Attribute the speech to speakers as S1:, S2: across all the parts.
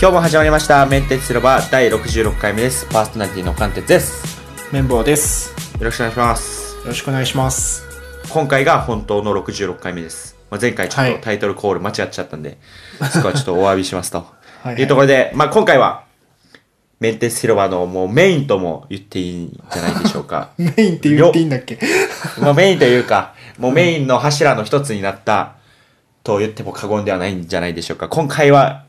S1: 今日も始まりましたメンテツ広場第66回目ですパーソナリティの関鉄です
S2: 綿棒です。
S1: よろしくお願いします
S2: よろしくお願いします。
S1: 今回が本当の66回目です、まあ、前回ちょっ
S2: は
S1: と
S2: い
S1: タイトルコール間違っちゃったんで、そ こはちょっとお詫びしますと
S2: はいはい
S1: いうところで、まあ、今回はメンテツ広場のもうメインとも言っていいんじゃないでしょう か
S2: メインって言っていいんだっけ
S1: まあメインというかもうメインの柱の一つになったと言っても過言ではないんじゃないでしょうか今回は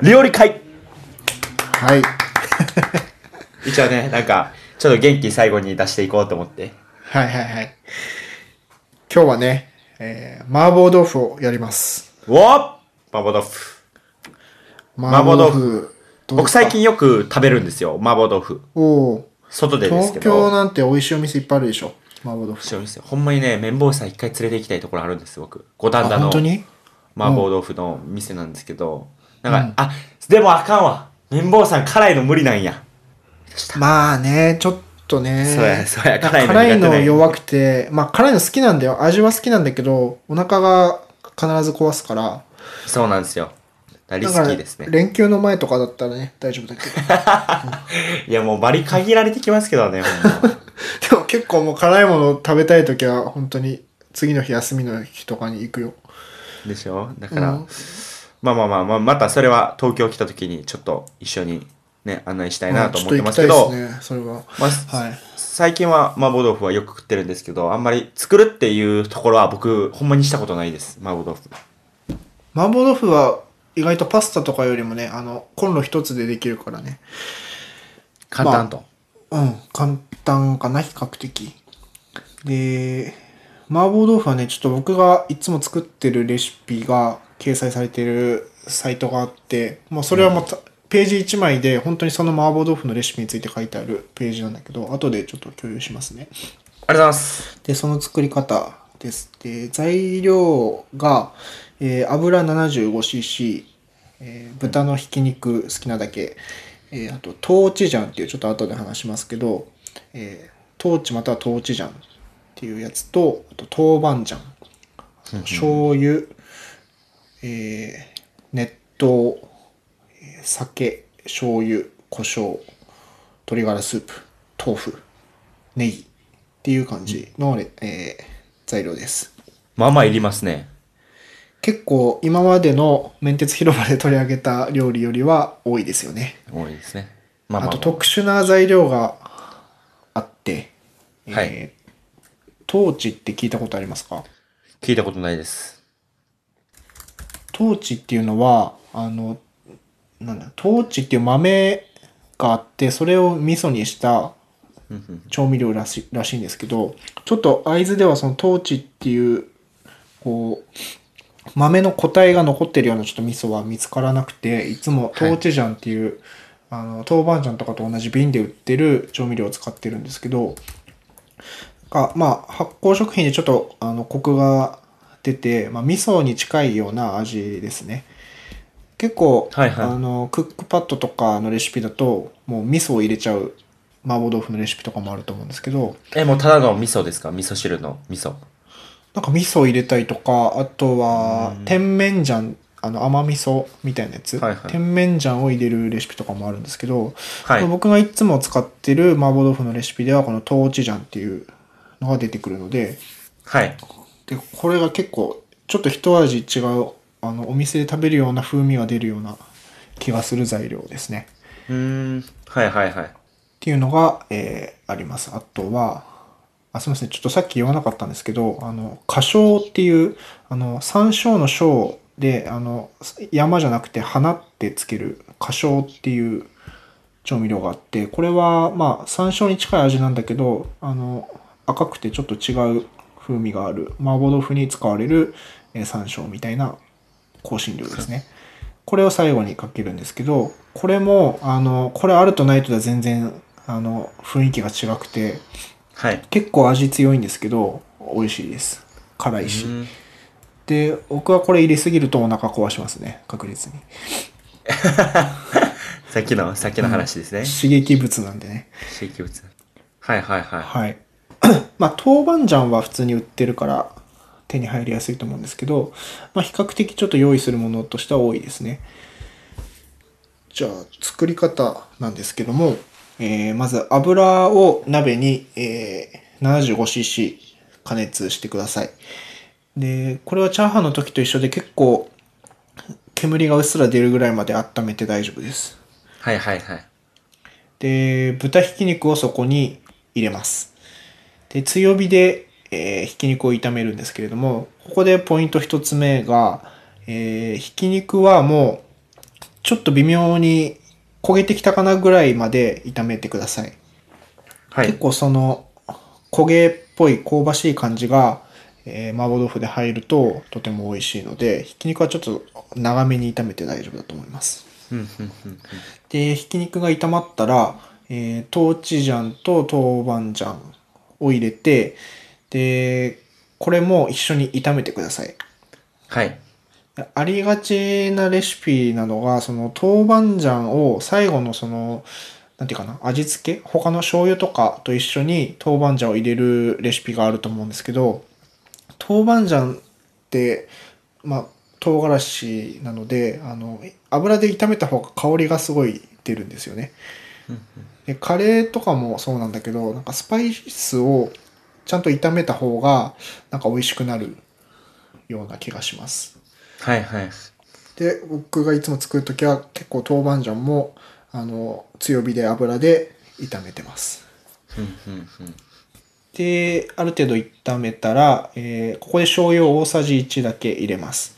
S1: 料理会
S2: はい。
S1: 一応ね、なんか、ちょっと元気最後に出していこうと思って。
S2: はいはいはい。今日はね、えー、麻婆豆腐をやります。
S1: おぉ麻婆豆腐。
S2: 麻
S1: 婆豆腐
S2: どうで
S1: 僕
S2: すか
S1: 最。近よく食べるんですよ、麻婆豆腐。
S2: おー
S1: 外でですけ
S2: 東
S1: ど。
S2: 京なんて美味しいお店いっぱいあるでしょ。麻婆豆腐。
S1: そうですよほんまにね、綿棒さん一回連れて行きたいところあるんです、僕。五反
S2: あ、
S1: 田の
S2: 本当に
S1: 麻婆豆腐の店なんですけど。なんか、あ、でもあかんわ。綿棒さん辛いの無理なんや。
S2: まあね、ちょっとね。
S1: そうやそうや辛いの苦手
S2: 辛いの
S1: ね
S2: 弱くて、まあ辛いの好きなんだよ。味は好きなんだけど、お腹が必ず壊すから。
S1: そうなんですよ。だからリ
S2: だ
S1: ス
S2: から
S1: キーですね。
S2: 連休の前とかだったらね、大丈夫だけど。
S1: いや、もうバリ限られてきますけどね、ほ んま
S2: でも結構もう辛いもの食べたい時は本当に次の日休みの日とかに行くよ。
S1: でしょだから、
S2: うん
S1: まあまあまあまあ、またそれは東京来た時にちょっと一緒にね、案内したいなと思ってますけ
S2: ちょ
S1: ど、
S2: っと行きたいですね、それは。
S1: まあ、
S2: はい
S1: 最近は麻婆豆腐はよく食ってるんですけど、あんまり作るっていうところは僕、ほんまにしたことないです、麻婆豆腐。
S2: 麻婆豆腐は意外とパスタとかよりもね、あの、コンロ一つでできるからね。
S1: 簡単と。
S2: うん、簡単かな、比較的。で、麻婆豆腐はね、ちょっと僕がいつも作ってるレシピが掲載されてるサイトがあって、もうそれはもうた、ページ1枚で本当にその麻婆豆腐のレシピについて書いてあるページなんだけど、後でちょっと共有しますね。
S1: ありがとうございます。
S2: で、その作り方です。で、材料が、えー油 75cc、えー豚のひき肉好きなだけ、えーあと、トーチジャンっていう、ちょっと後で話しますけど、えートーチまたはトーチジャンっていうやつと、あと豆板醤、あと醤油、えー熱湯、えー酒、醤油、胡椒、鶏ガラスープ、豆腐、ネギっていう感じの、えー材料です。
S1: まあまあいりますね。
S2: 結構今までの面鉄広場で取り上げた料理よりは多いですよね。
S1: 多いですね。まあま
S2: あ
S1: あ、
S2: と特殊な材料があって、
S1: はい
S2: えートーチって聞いたことありますか
S1: 聞いたことないです。
S2: トーチっていうのは、あの、なんだ、トーチっていう豆があって、それを味噌にした調味料らしらしいんですけど、ちょっと会津ではそのトーチっていう、こう、豆の個体が残ってるようなちょっと味噌は見つからなくて、いつもトーチジャンっていう、あの、豆板醤とかと同じ瓶で売ってる調味料を使ってるんですけど、が、まあ、発酵食品でちょっと、あの、コクが出て、まあ、味噌に近いような味ですね。結構、
S1: はいはい
S2: あの、クックパッドとかのレシピだと、もう味噌を入れちゃう麻婆豆腐のレシピとかもあると思うんですけど、
S1: え、もうただの味噌ですか味噌汁の味噌。
S2: なんか味噌を入れたりとか、あとは、甜麺醤、あの、甘味噌みたいなやつ、
S1: はいはい
S2: 甜麺醤を入れるレシピとかもあるんですけど、
S1: はい
S2: 僕がいつも使ってる麻婆豆腐のレシピでは、この豆チ醤っていうのが出てくるので、
S1: はい。
S2: でこれが結構ちょっと一味違うあのお店で食べるような風味が出るような気がする材料ですねっ
S1: うーん。はいはいはい。
S2: ていうのが、えーありますあとはあすみませんちょっとさっき言わなかったんですけどあの花椒っていうあの山椒の椒であの山じゃなくて花ってつける花椒っていう調味料があってこれはまあ山椒に近い味なんだけどあの赤くてちょっと違う風味がある麻婆豆腐に使われるえー山椒みたいな香辛料ですねこれを最後にかけるんですけどこれもあのこれあるとないとでは全然あの雰囲気が違くて
S1: はい。
S2: 結構味強いんですけど美味しいです辛いし、
S1: ん
S2: で僕はこれ入れすぎるとお腹壊しますね確実に
S1: さっきの、さっきの話ですね。
S2: 刺激物なんでね
S1: 刺激物。はいはいはい。
S2: はい。 まあ、豆板醤は普通に売ってるから手に入りやすいと思うんですけど、まあ、比較的ちょっと用意するものとしては多いですね。じゃあ、作り方なんですけども、えーまず油を鍋に、えー 75cc 加熱してください。で、これはチャーハンの時と一緒で結構、煙がうっすら出るぐらいまで温めて大丈夫です。
S1: はいはいはい。
S2: で、豚ひき肉をそこに入れます。で、強火で、えーひき肉を炒めるんですけれども、ここでポイント一つ目が、えーひき肉はもう、ちょっと微妙に焦げてきたかなぐらいまで炒めてください。
S1: はい。
S2: 結構その焦げっぽい香ばしい感じが、えー麻婆豆腐で入るととても美味しいのでひき肉はちょっと長めに炒めて大丈夫だと思います
S1: うんうんうん
S2: でひき肉が炒まったら、えー豆チジャンと豆板醤を入れてでこれも一緒に炒めてください
S1: はい。
S2: ありがちなレシピなのが、その豆板醤を最後のその、なんていうかな、味付け他の醤油とかと一緒に豆板醤を入れるレシピがあると思うんですけど、豆板醤って、まあ、唐辛子なので、あの、油で炒めた方が香りがすごい出るんですよね。でカレーとかもそうなんだけど、なんかスパイスをちゃんと炒めた方が、なんか美味しくなるような気がします。
S1: はいはい。
S2: で僕がいつも作る時は結構豆板醤もあの強火で油で炒めてます
S1: うんうんうん
S2: である程度炒めたら、えーここで醤油を大さじ1だけ入れます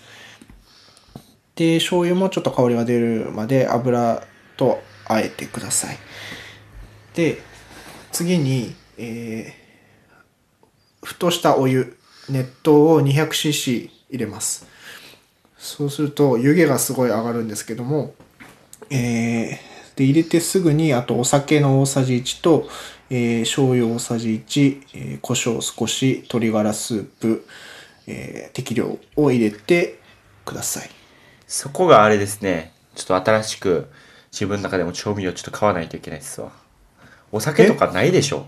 S2: で醤油もちょっと香りが出るまで油とあえてくださいで次に、えー、ふとしたお湯熱湯を 200cc 入れますそうすると湯気がすごい上がるんですけどもえーで入れてすぐにあとお酒の大さじ1と、えー醤油大さじ1、えー、胡椒少し鶏ガラスープ、えー適量を入れてください
S1: そこがあれですね。ちょっと新しく自分の中でも調味料ちょっと買わないといけないですわ。お酒とかないでしょ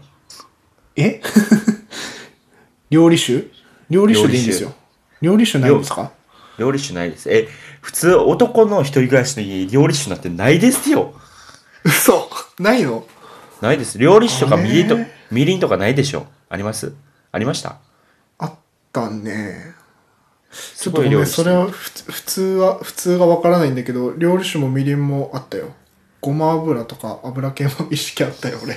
S2: え 料理酒料理酒でいいんですよ料理酒ないんですか
S1: 料理酒ないです。え、普通男の一人暮らしの家に料理酒なんてないですよ。
S2: 嘘ないの
S1: ないです。料理酒とか
S2: あれ
S1: みりんと、みりんとかないでしょありますありました
S2: あったねち
S1: す
S2: ょっと
S1: ごい
S2: ご
S1: 料
S2: めん
S1: 理酒
S2: それは普通普通は普通がわからないんだけど料理酒もみりんもあったよごま油とか油系も意識あったよ俺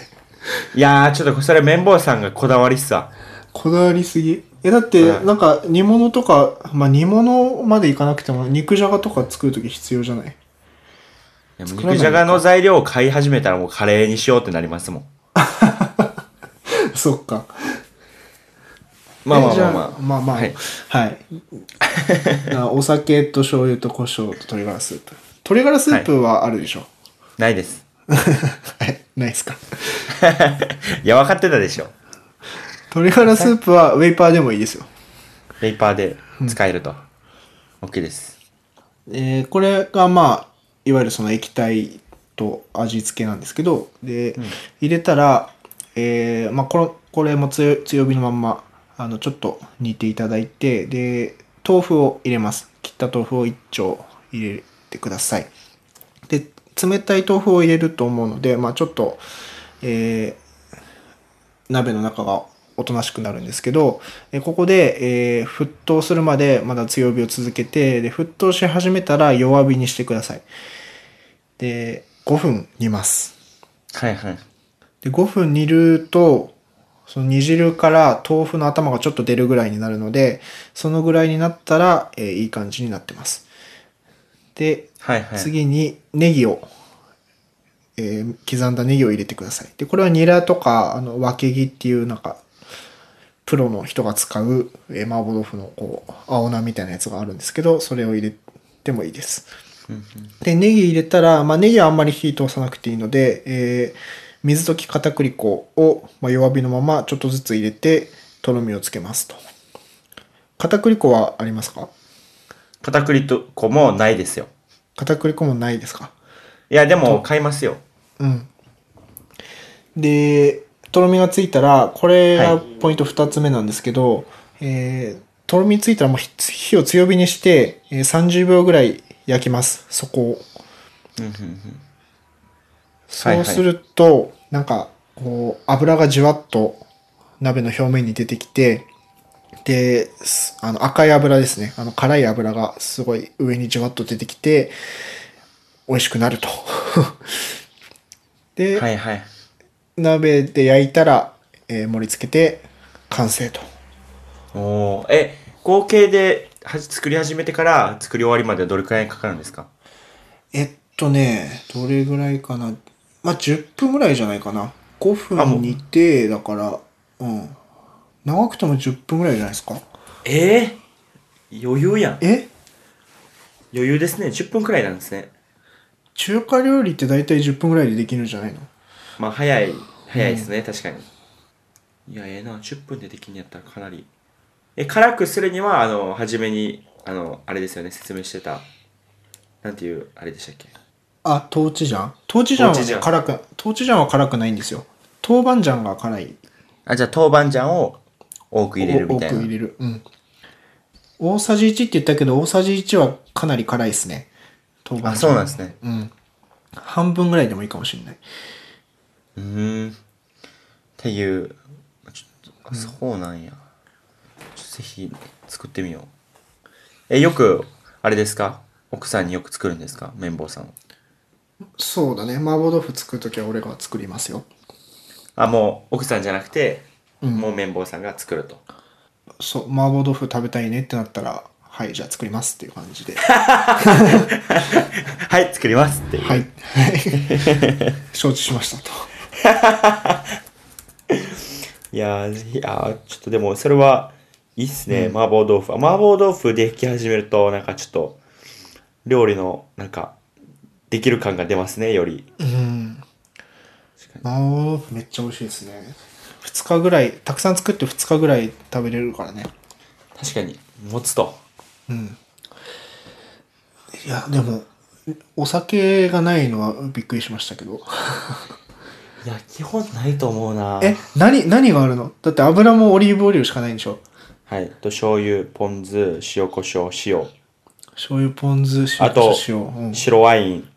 S1: いやー、ちょっとそれ綿棒さんがこだわりっすわ。
S2: こだわりすぎえだって
S1: はい
S2: なんか煮物とか、まあ、煮物までいかなくても肉じゃがとか作るとき必要じゃない
S1: でも
S2: 作らない
S1: 肉じゃがの材料を買い始めたらもうカレーにしようってなりますもん。
S2: そっか
S1: まあまあ
S2: えじ
S1: まあ
S2: ゃ
S1: まあ。
S2: まあまあ
S1: はい
S2: はい、 なお酒と醤油と胡椒と鶏ガラスープ鶏ガラスープはあるでしょ
S1: ないです。
S2: はい、ないですか
S1: いや、分かってたでしょ。
S2: 鶏ガラスープはウェイパーでもいいですよ
S1: ペーパーで使えると。OK です。
S2: えーこれがまあいわゆるその液体と味付けなんですけどで、入れたら、えーまあ、これこれも強強火のまんまあのちょっと煮ていただいてで豆腐を入れます切った豆腐を1丁入れてくださいで冷たい豆腐を入れると思うので、まあ、ちょっと、えー鍋の中がおとなしくなるんですけど、えーここで、えー沸騰するまでまだ強火を続けて、で、沸騰し始めたら弱火にしてください。で、5分煮ます。
S1: はいはい。
S2: で、5分煮ると、その煮汁から豆腐の頭がちょっと出るぐらいになるので、そのぐらいになったら、えーいい感じになってます。で、
S1: はいはい。
S2: 次にネギを、えー刻んだネギを入れてください。で、これはニラとか、あの、わけぎっていう、なんか、プロの人が使う、えー麻婆豆腐の、こう、青菜みたいなやつがあるんですけど、それを入れてもいいです。で、ネギ入れたら、まあ、ネギはあんまり火通さなくていいので、えー水溶き片栗粉を、まあ、弱火のままちょっとずつ入れて、とろみをつけますと。片栗粉はありますか
S1: 片栗粉もないですよ。
S2: 片栗粉もないですか
S1: いや、でも買いますよ。
S2: うん。で、とろみがついたら、これ
S1: は
S2: が
S1: い
S2: ポイント2つ目なんですけど、えーとろみついたらもう火火を強火にして、えー30秒ぐらい焼きます、そこを。
S1: うんうんうん
S2: そうすると、なんか、こう、油がじわっと鍋の表面に出てきて、で、すあの赤い油ですね。あの辛い油がすごい上にじわっと出てきて、美味しくなると。 で、
S1: はいはい。
S2: 鍋で焼いたら、えー盛り付けて完成と。
S1: おーえ、合計では作り始めてから作り終わりまでどれくらいかかるんですか
S2: えっとね、どれぐらいかな。まあ、10分ぐらいじゃないかな。5
S1: あもう
S2: 分煮て、だから、うん。長くても10分ぐらいじゃないですか。
S1: えー、余裕やん。
S2: え
S1: 余裕ですね。10分くらいなんですね。
S2: 中華料理って大体10分ぐらいでできるんじゃないの
S1: まあ、早い、早いですね、確かに。いや、ええな、10分でできんのやったらかなり。え、辛くするには、あの、初めに、あの、あれですよね、説明してた。なんていう、あれでしたっけ。
S2: あ、豆チ醤豆チ醤は、
S1: 豆
S2: ね、
S1: 醤
S2: 辛く、豆チ醤は辛くないんですよ。豆板醤が辛い。
S1: あ、じゃあ、豆板醤を多く入れるみたい
S2: 多く入
S1: な。
S2: れる。うん。大さじ1って言ったけど、大さじ1はかなり辛いですね。豆板
S1: あ、
S2: 醤。
S1: そうなんですね。
S2: うん。半分ぐらいでもいいかもしれない。
S1: うーん。っていう、ちょっと、あそうなんや。ちょっとぜひ、作ってみよう。え、よく、あれですか奥さんによく作るんですか綿棒さんは。
S2: そうだね。麻婆豆腐作るときは俺が作りますよ。
S1: あ、もう、奥さんじゃなくて、
S2: うん
S1: もう綿棒さんが作ると。
S2: そう、麻婆豆腐食べたいねってなったら、はい、じゃあ作りますっていう感じで。
S1: はい、作りますっていう。
S2: はい。承知しましたと。
S1: いやー、ぜひ、あーちょっとでも、それは、いいっすね、麻婆豆腐。あ麻婆豆腐でき始めると、なんかちょっと、料理の、なんか、できる感が出ますね、より。
S2: うん。
S1: 確
S2: 麻婆豆腐めっちゃ美味しいですね。2日ぐらい、たくさん作って2日ぐらい食べれるからね。
S1: 確かに、持つと。
S2: うん。いや、でも、お酒がないのはびっくりしましたけど。
S1: いや、基本ないと思うな
S2: え、何、何があるのだって油もオリーブオイルしかないんでしょ
S1: はい。と、醤油、ポン酢、塩、胡椒、塩。
S2: 醤油、ポン酢、塩、
S1: あと、
S2: 塩。うん
S1: 白ワイン。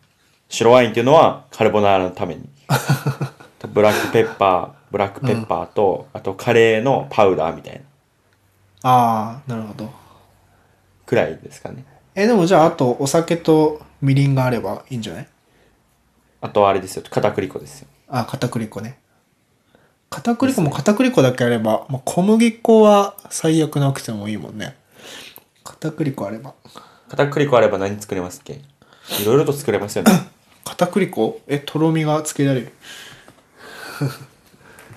S1: 白ワインっていうのは、カルボナーラのた めに。とブラックペッパー、ブラックペッパーと、あと、カレーのパウダーみたいな。
S2: ああ、なるほど。
S1: くらいですかね。
S2: え、でもじゃあ、あと、お酒とみりんがあればいいんじゃない
S1: あとあれですよ、片栗粉ですよ。
S2: あ、片栗粉ね。片栗粉も片栗粉だけあれば、まあ、小麦粉は最悪なくてもいいもんね。片栗粉あれば。
S1: 片栗粉あれば何作れますっけいろいろと作れますよ ね。
S2: 片栗粉え、とろみがつけられる。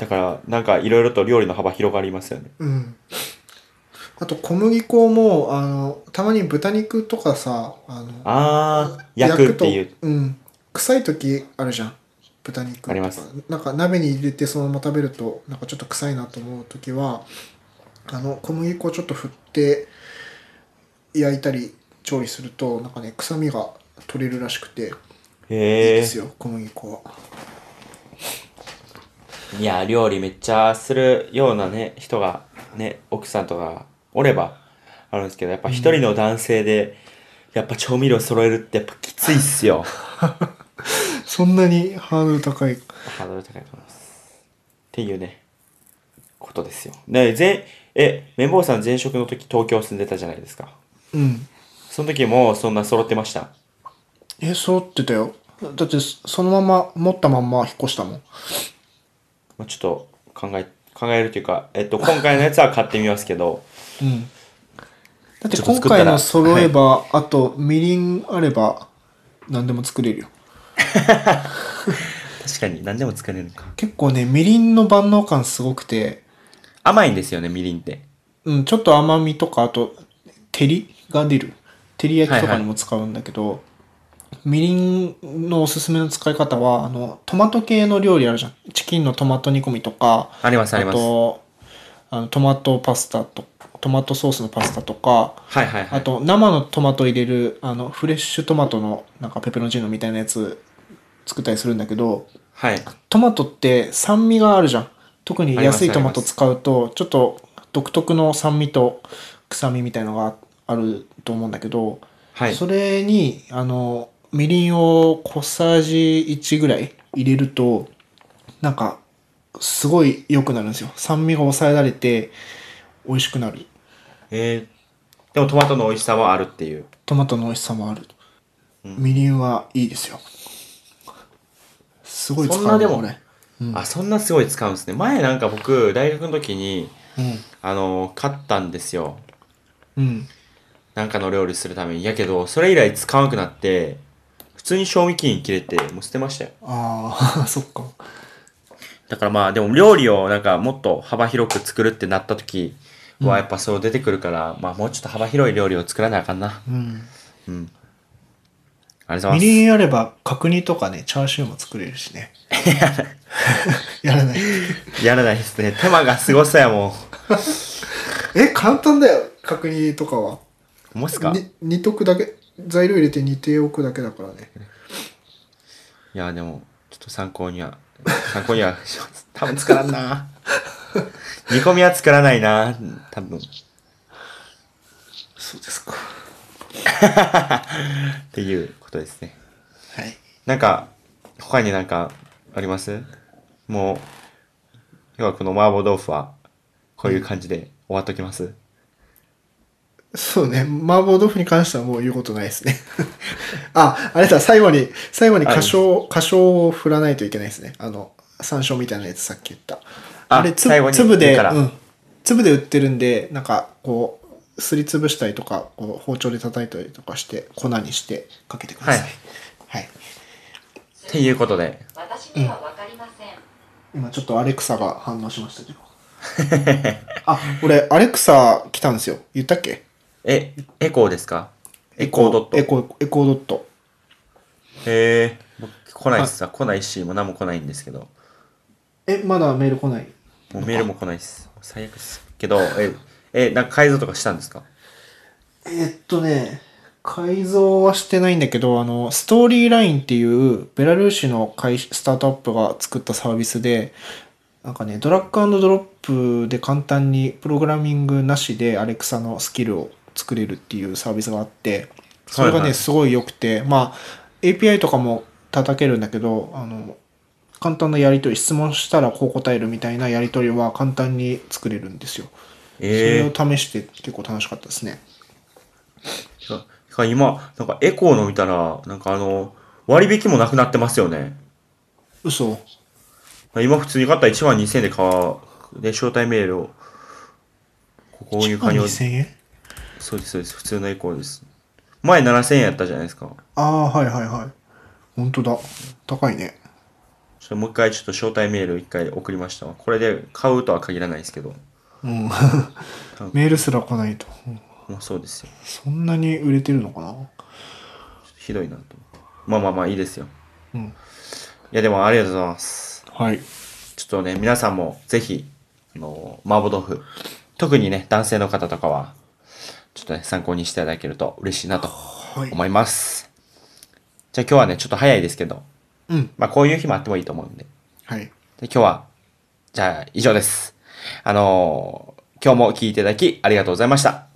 S1: だから、なんかいろいろと料理の幅広がりますよね。
S2: うん。あと、小麦粉も、あの、たまに豚肉とかさ、あの、
S1: あー、焼くっていう
S2: 焼。とうん。臭い時あるじゃん。豚肉とか
S1: あります
S2: なんか鍋に入れてそのまま食べると、なんかちょっと臭いなと思う時は、あの、小麦粉をちょっと振って、焼いたり調理すると、なんかね、臭みが取れるらしくて、いい
S1: へ
S2: です
S1: ー。
S2: よ、小麦粉は。
S1: いや、料理めっちゃするようなね、人が、ね、奥さんとかおればあるんですけど、やっぱ一人の男性で、やっぱ調味料揃えるってやっぱきついっすよ。
S2: そんなにハードル高い。
S1: ハードル高いと思います。っていうね、ことですよ。ね、前、え、綿棒さん前職の時東京住んでたじゃないですか。
S2: うん。
S1: その時もそんな揃ってました。
S2: え、そうってたよ。だって、そそのまま、持ったまんま引っ越したもん。
S1: まあ、ちょっと考え、考えるというか、えっと、今回のやつは買ってみますけど、
S2: うん。だって
S1: ちょっと
S2: 今
S1: 作ったら
S2: 回の揃えば、あとみりんあれば何でも作れるよ。
S1: 確かに何でも作れるか。
S2: 結構ね、みりんの万能感すごくて、
S1: 甘いんですよね、みりんって。
S2: うん、ちょっと甘みとか、あと、照りが出る。照り焼きとかにも使うんだけど、みりんのおすすめの使い方は、あの、トマト系の料理あるじゃん。チキンのトマト煮込みとか、
S1: あります、あります。は
S2: と、あのトマトパスタと、トマトソースのパスタとか、
S1: いはいは
S2: あ
S1: い。
S2: と生のトマト入れるあのフレッシュトマトのなんかペペロンチーノみたいなやつ作ったりするんだけど
S1: はい。
S2: トマトって酸味があるじゃん特に
S1: あります
S2: 安いトマト使うとちょっと独特の酸味と臭みみたいのがあると思うんだけど、
S1: はい。
S2: それにあのみりんを小さじ1ぐらい入れると、なんか、すごい良くなるんですよ。酸味が抑えられて、美味しくなる。
S1: えー、でもトマトの美味しさはあるっていう。
S2: トマトの美味しさもある。
S1: うん
S2: みりんはいいですよ。すごい使う
S1: そんなでも
S2: これうん
S1: あ、そんなすごい使うんですね。前なんか僕、大学の時に、あの、買ったんですよ。
S2: うん。うん。
S1: なんかの料理するために。やけど、それ以来使わなくなって、普通に賞味期限切れて、もう捨てましたよ。
S2: あ あ、そっか。
S1: だからまあ、でも料理をなんかもっと幅広く作るってなった時
S2: うん
S1: は、やっぱそう出てくるから、まあもうちょっと幅広い料理を作らなあかんな。
S2: うん。
S1: うん。ありがとうございま
S2: み
S1: す。
S2: りんあれば、角煮とかね、チャーシューも作れるしね。 やらない。
S1: やらないですね。手間がすごそうやも
S2: え、簡単だよ。角煮とかは。
S1: ん。もしかい
S2: に煮とくだけ、材料入れて煮ておくだけだからね。
S1: や、でも、ちょっと参考には、参考にはします。多分作らんな。煮込みは作らないな。多分。っ
S2: そうですか。
S1: ていうことですね。
S2: はい。
S1: なんか、他になんかありますもう、要はこの麻婆豆腐は、こういう感じで終わっときます。
S2: そうね。麻婆豆腐に関してはもう言うことないですね。 あ、あれだ、最後に、最後に
S1: あ
S2: 歌唱、歌唱を振らないといけないですね。あの、山椒みたいなやつさっき言った。
S1: あ
S2: あれ、つ
S1: 最後に
S2: 粒
S1: 言
S2: で、
S1: うから
S2: うん。粒で売ってるんで、なんか、こう、すりつぶしたりとか、こう包丁で叩いたりとかして、粉にしてかけてください。
S1: は
S2: はいい。
S1: っていうことで、
S3: 私には分かりません、
S2: 今ちょっとアレクサが反応しましたけど。 あ、俺、アレクサ来たんですよ。言ったっけ
S1: え、エコーですかエコードット。
S2: エコー、エコードット。
S1: へえ、僕来ないっすわ来ないし、もう何も来ないんですけど。
S2: え、まだメール来ない
S1: もうメールも来ないです。最悪です。けど、え、え、なんか改造とかしたんですか
S2: えーっとね、改造はしてないんだけど、あの、ストーリーラインっていうベラルーシの会社スタートアップが作ったサービスで、なんかね、ドラッグドロップで簡単にプログラミングなしでアレクサのスキルを作れるっていうサービスがあって、それがね、
S1: はいはい
S2: すごい良くて、まあ、API とかも叩けるんだけど、あの、簡単なやりとり、質問したらこう答えるみたいなやりとりは簡単に作れるんですよ。
S1: え
S2: それを試して結構楽しかったですね。
S1: ー、かか今、なんかエコーの見たら、なんかあの、割引もなくなってますよね。
S2: 嘘
S1: 今普通に買ったら1万2000円で買う、で、招待メールを、こ購入完了。
S2: 2000円
S1: そうです、そうです。普通のエコーです。前7000円やったじゃないですか。
S2: ああーはいはいはい本当だ高いね
S1: ちょっともう一回ちょっと招待メール一回送りましたわこれで買うとは限らないですけど。
S2: うんメールすら来ないと、うん
S1: もうそうですよ。
S2: そんなに売れてるのかな
S1: ひどいなと思って。まあまあまあいいですよ。
S2: うん
S1: いやでもありがとうございます。
S2: はい
S1: ちょっとね、皆さんもぜひ、あの、麻婆豆腐、特にね、男性の方とかは、ちょっとね、参考にしていただけると嬉しいなと
S2: はい
S1: 思います。じゃあ今日はね、ちょっと早いですけど、
S2: うん
S1: まあこういう日もあってもいいと思うんで。
S2: はい
S1: で今日は、じゃあ以上です。あのー今日も聞いていただきありがとうございました。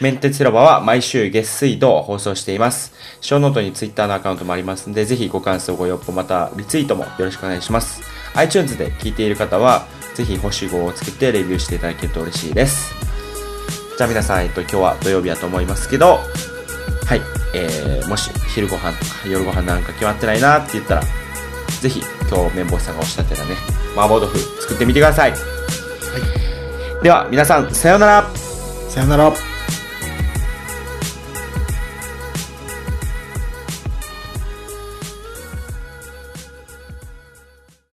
S1: メンテツ広場は毎週月水道放送しています。ショーノートにツイッターのアカウントもありますので、ぜひご感想、ご要望、またリツイートもよろしくお願いします。iTunes で聞いている方は、ぜひ星5をつけてレビューしていただけると嬉しいです。じゃあ皆さん、えっと、今日は土曜日だと思いますけど、はい、えー、もし昼ご飯とか夜ご飯なんか決まってないなって言ったら、ぜひ今日綿棒さんがおっしゃってたね麻婆豆腐作ってみてください、では皆さんさようなら
S2: さよなら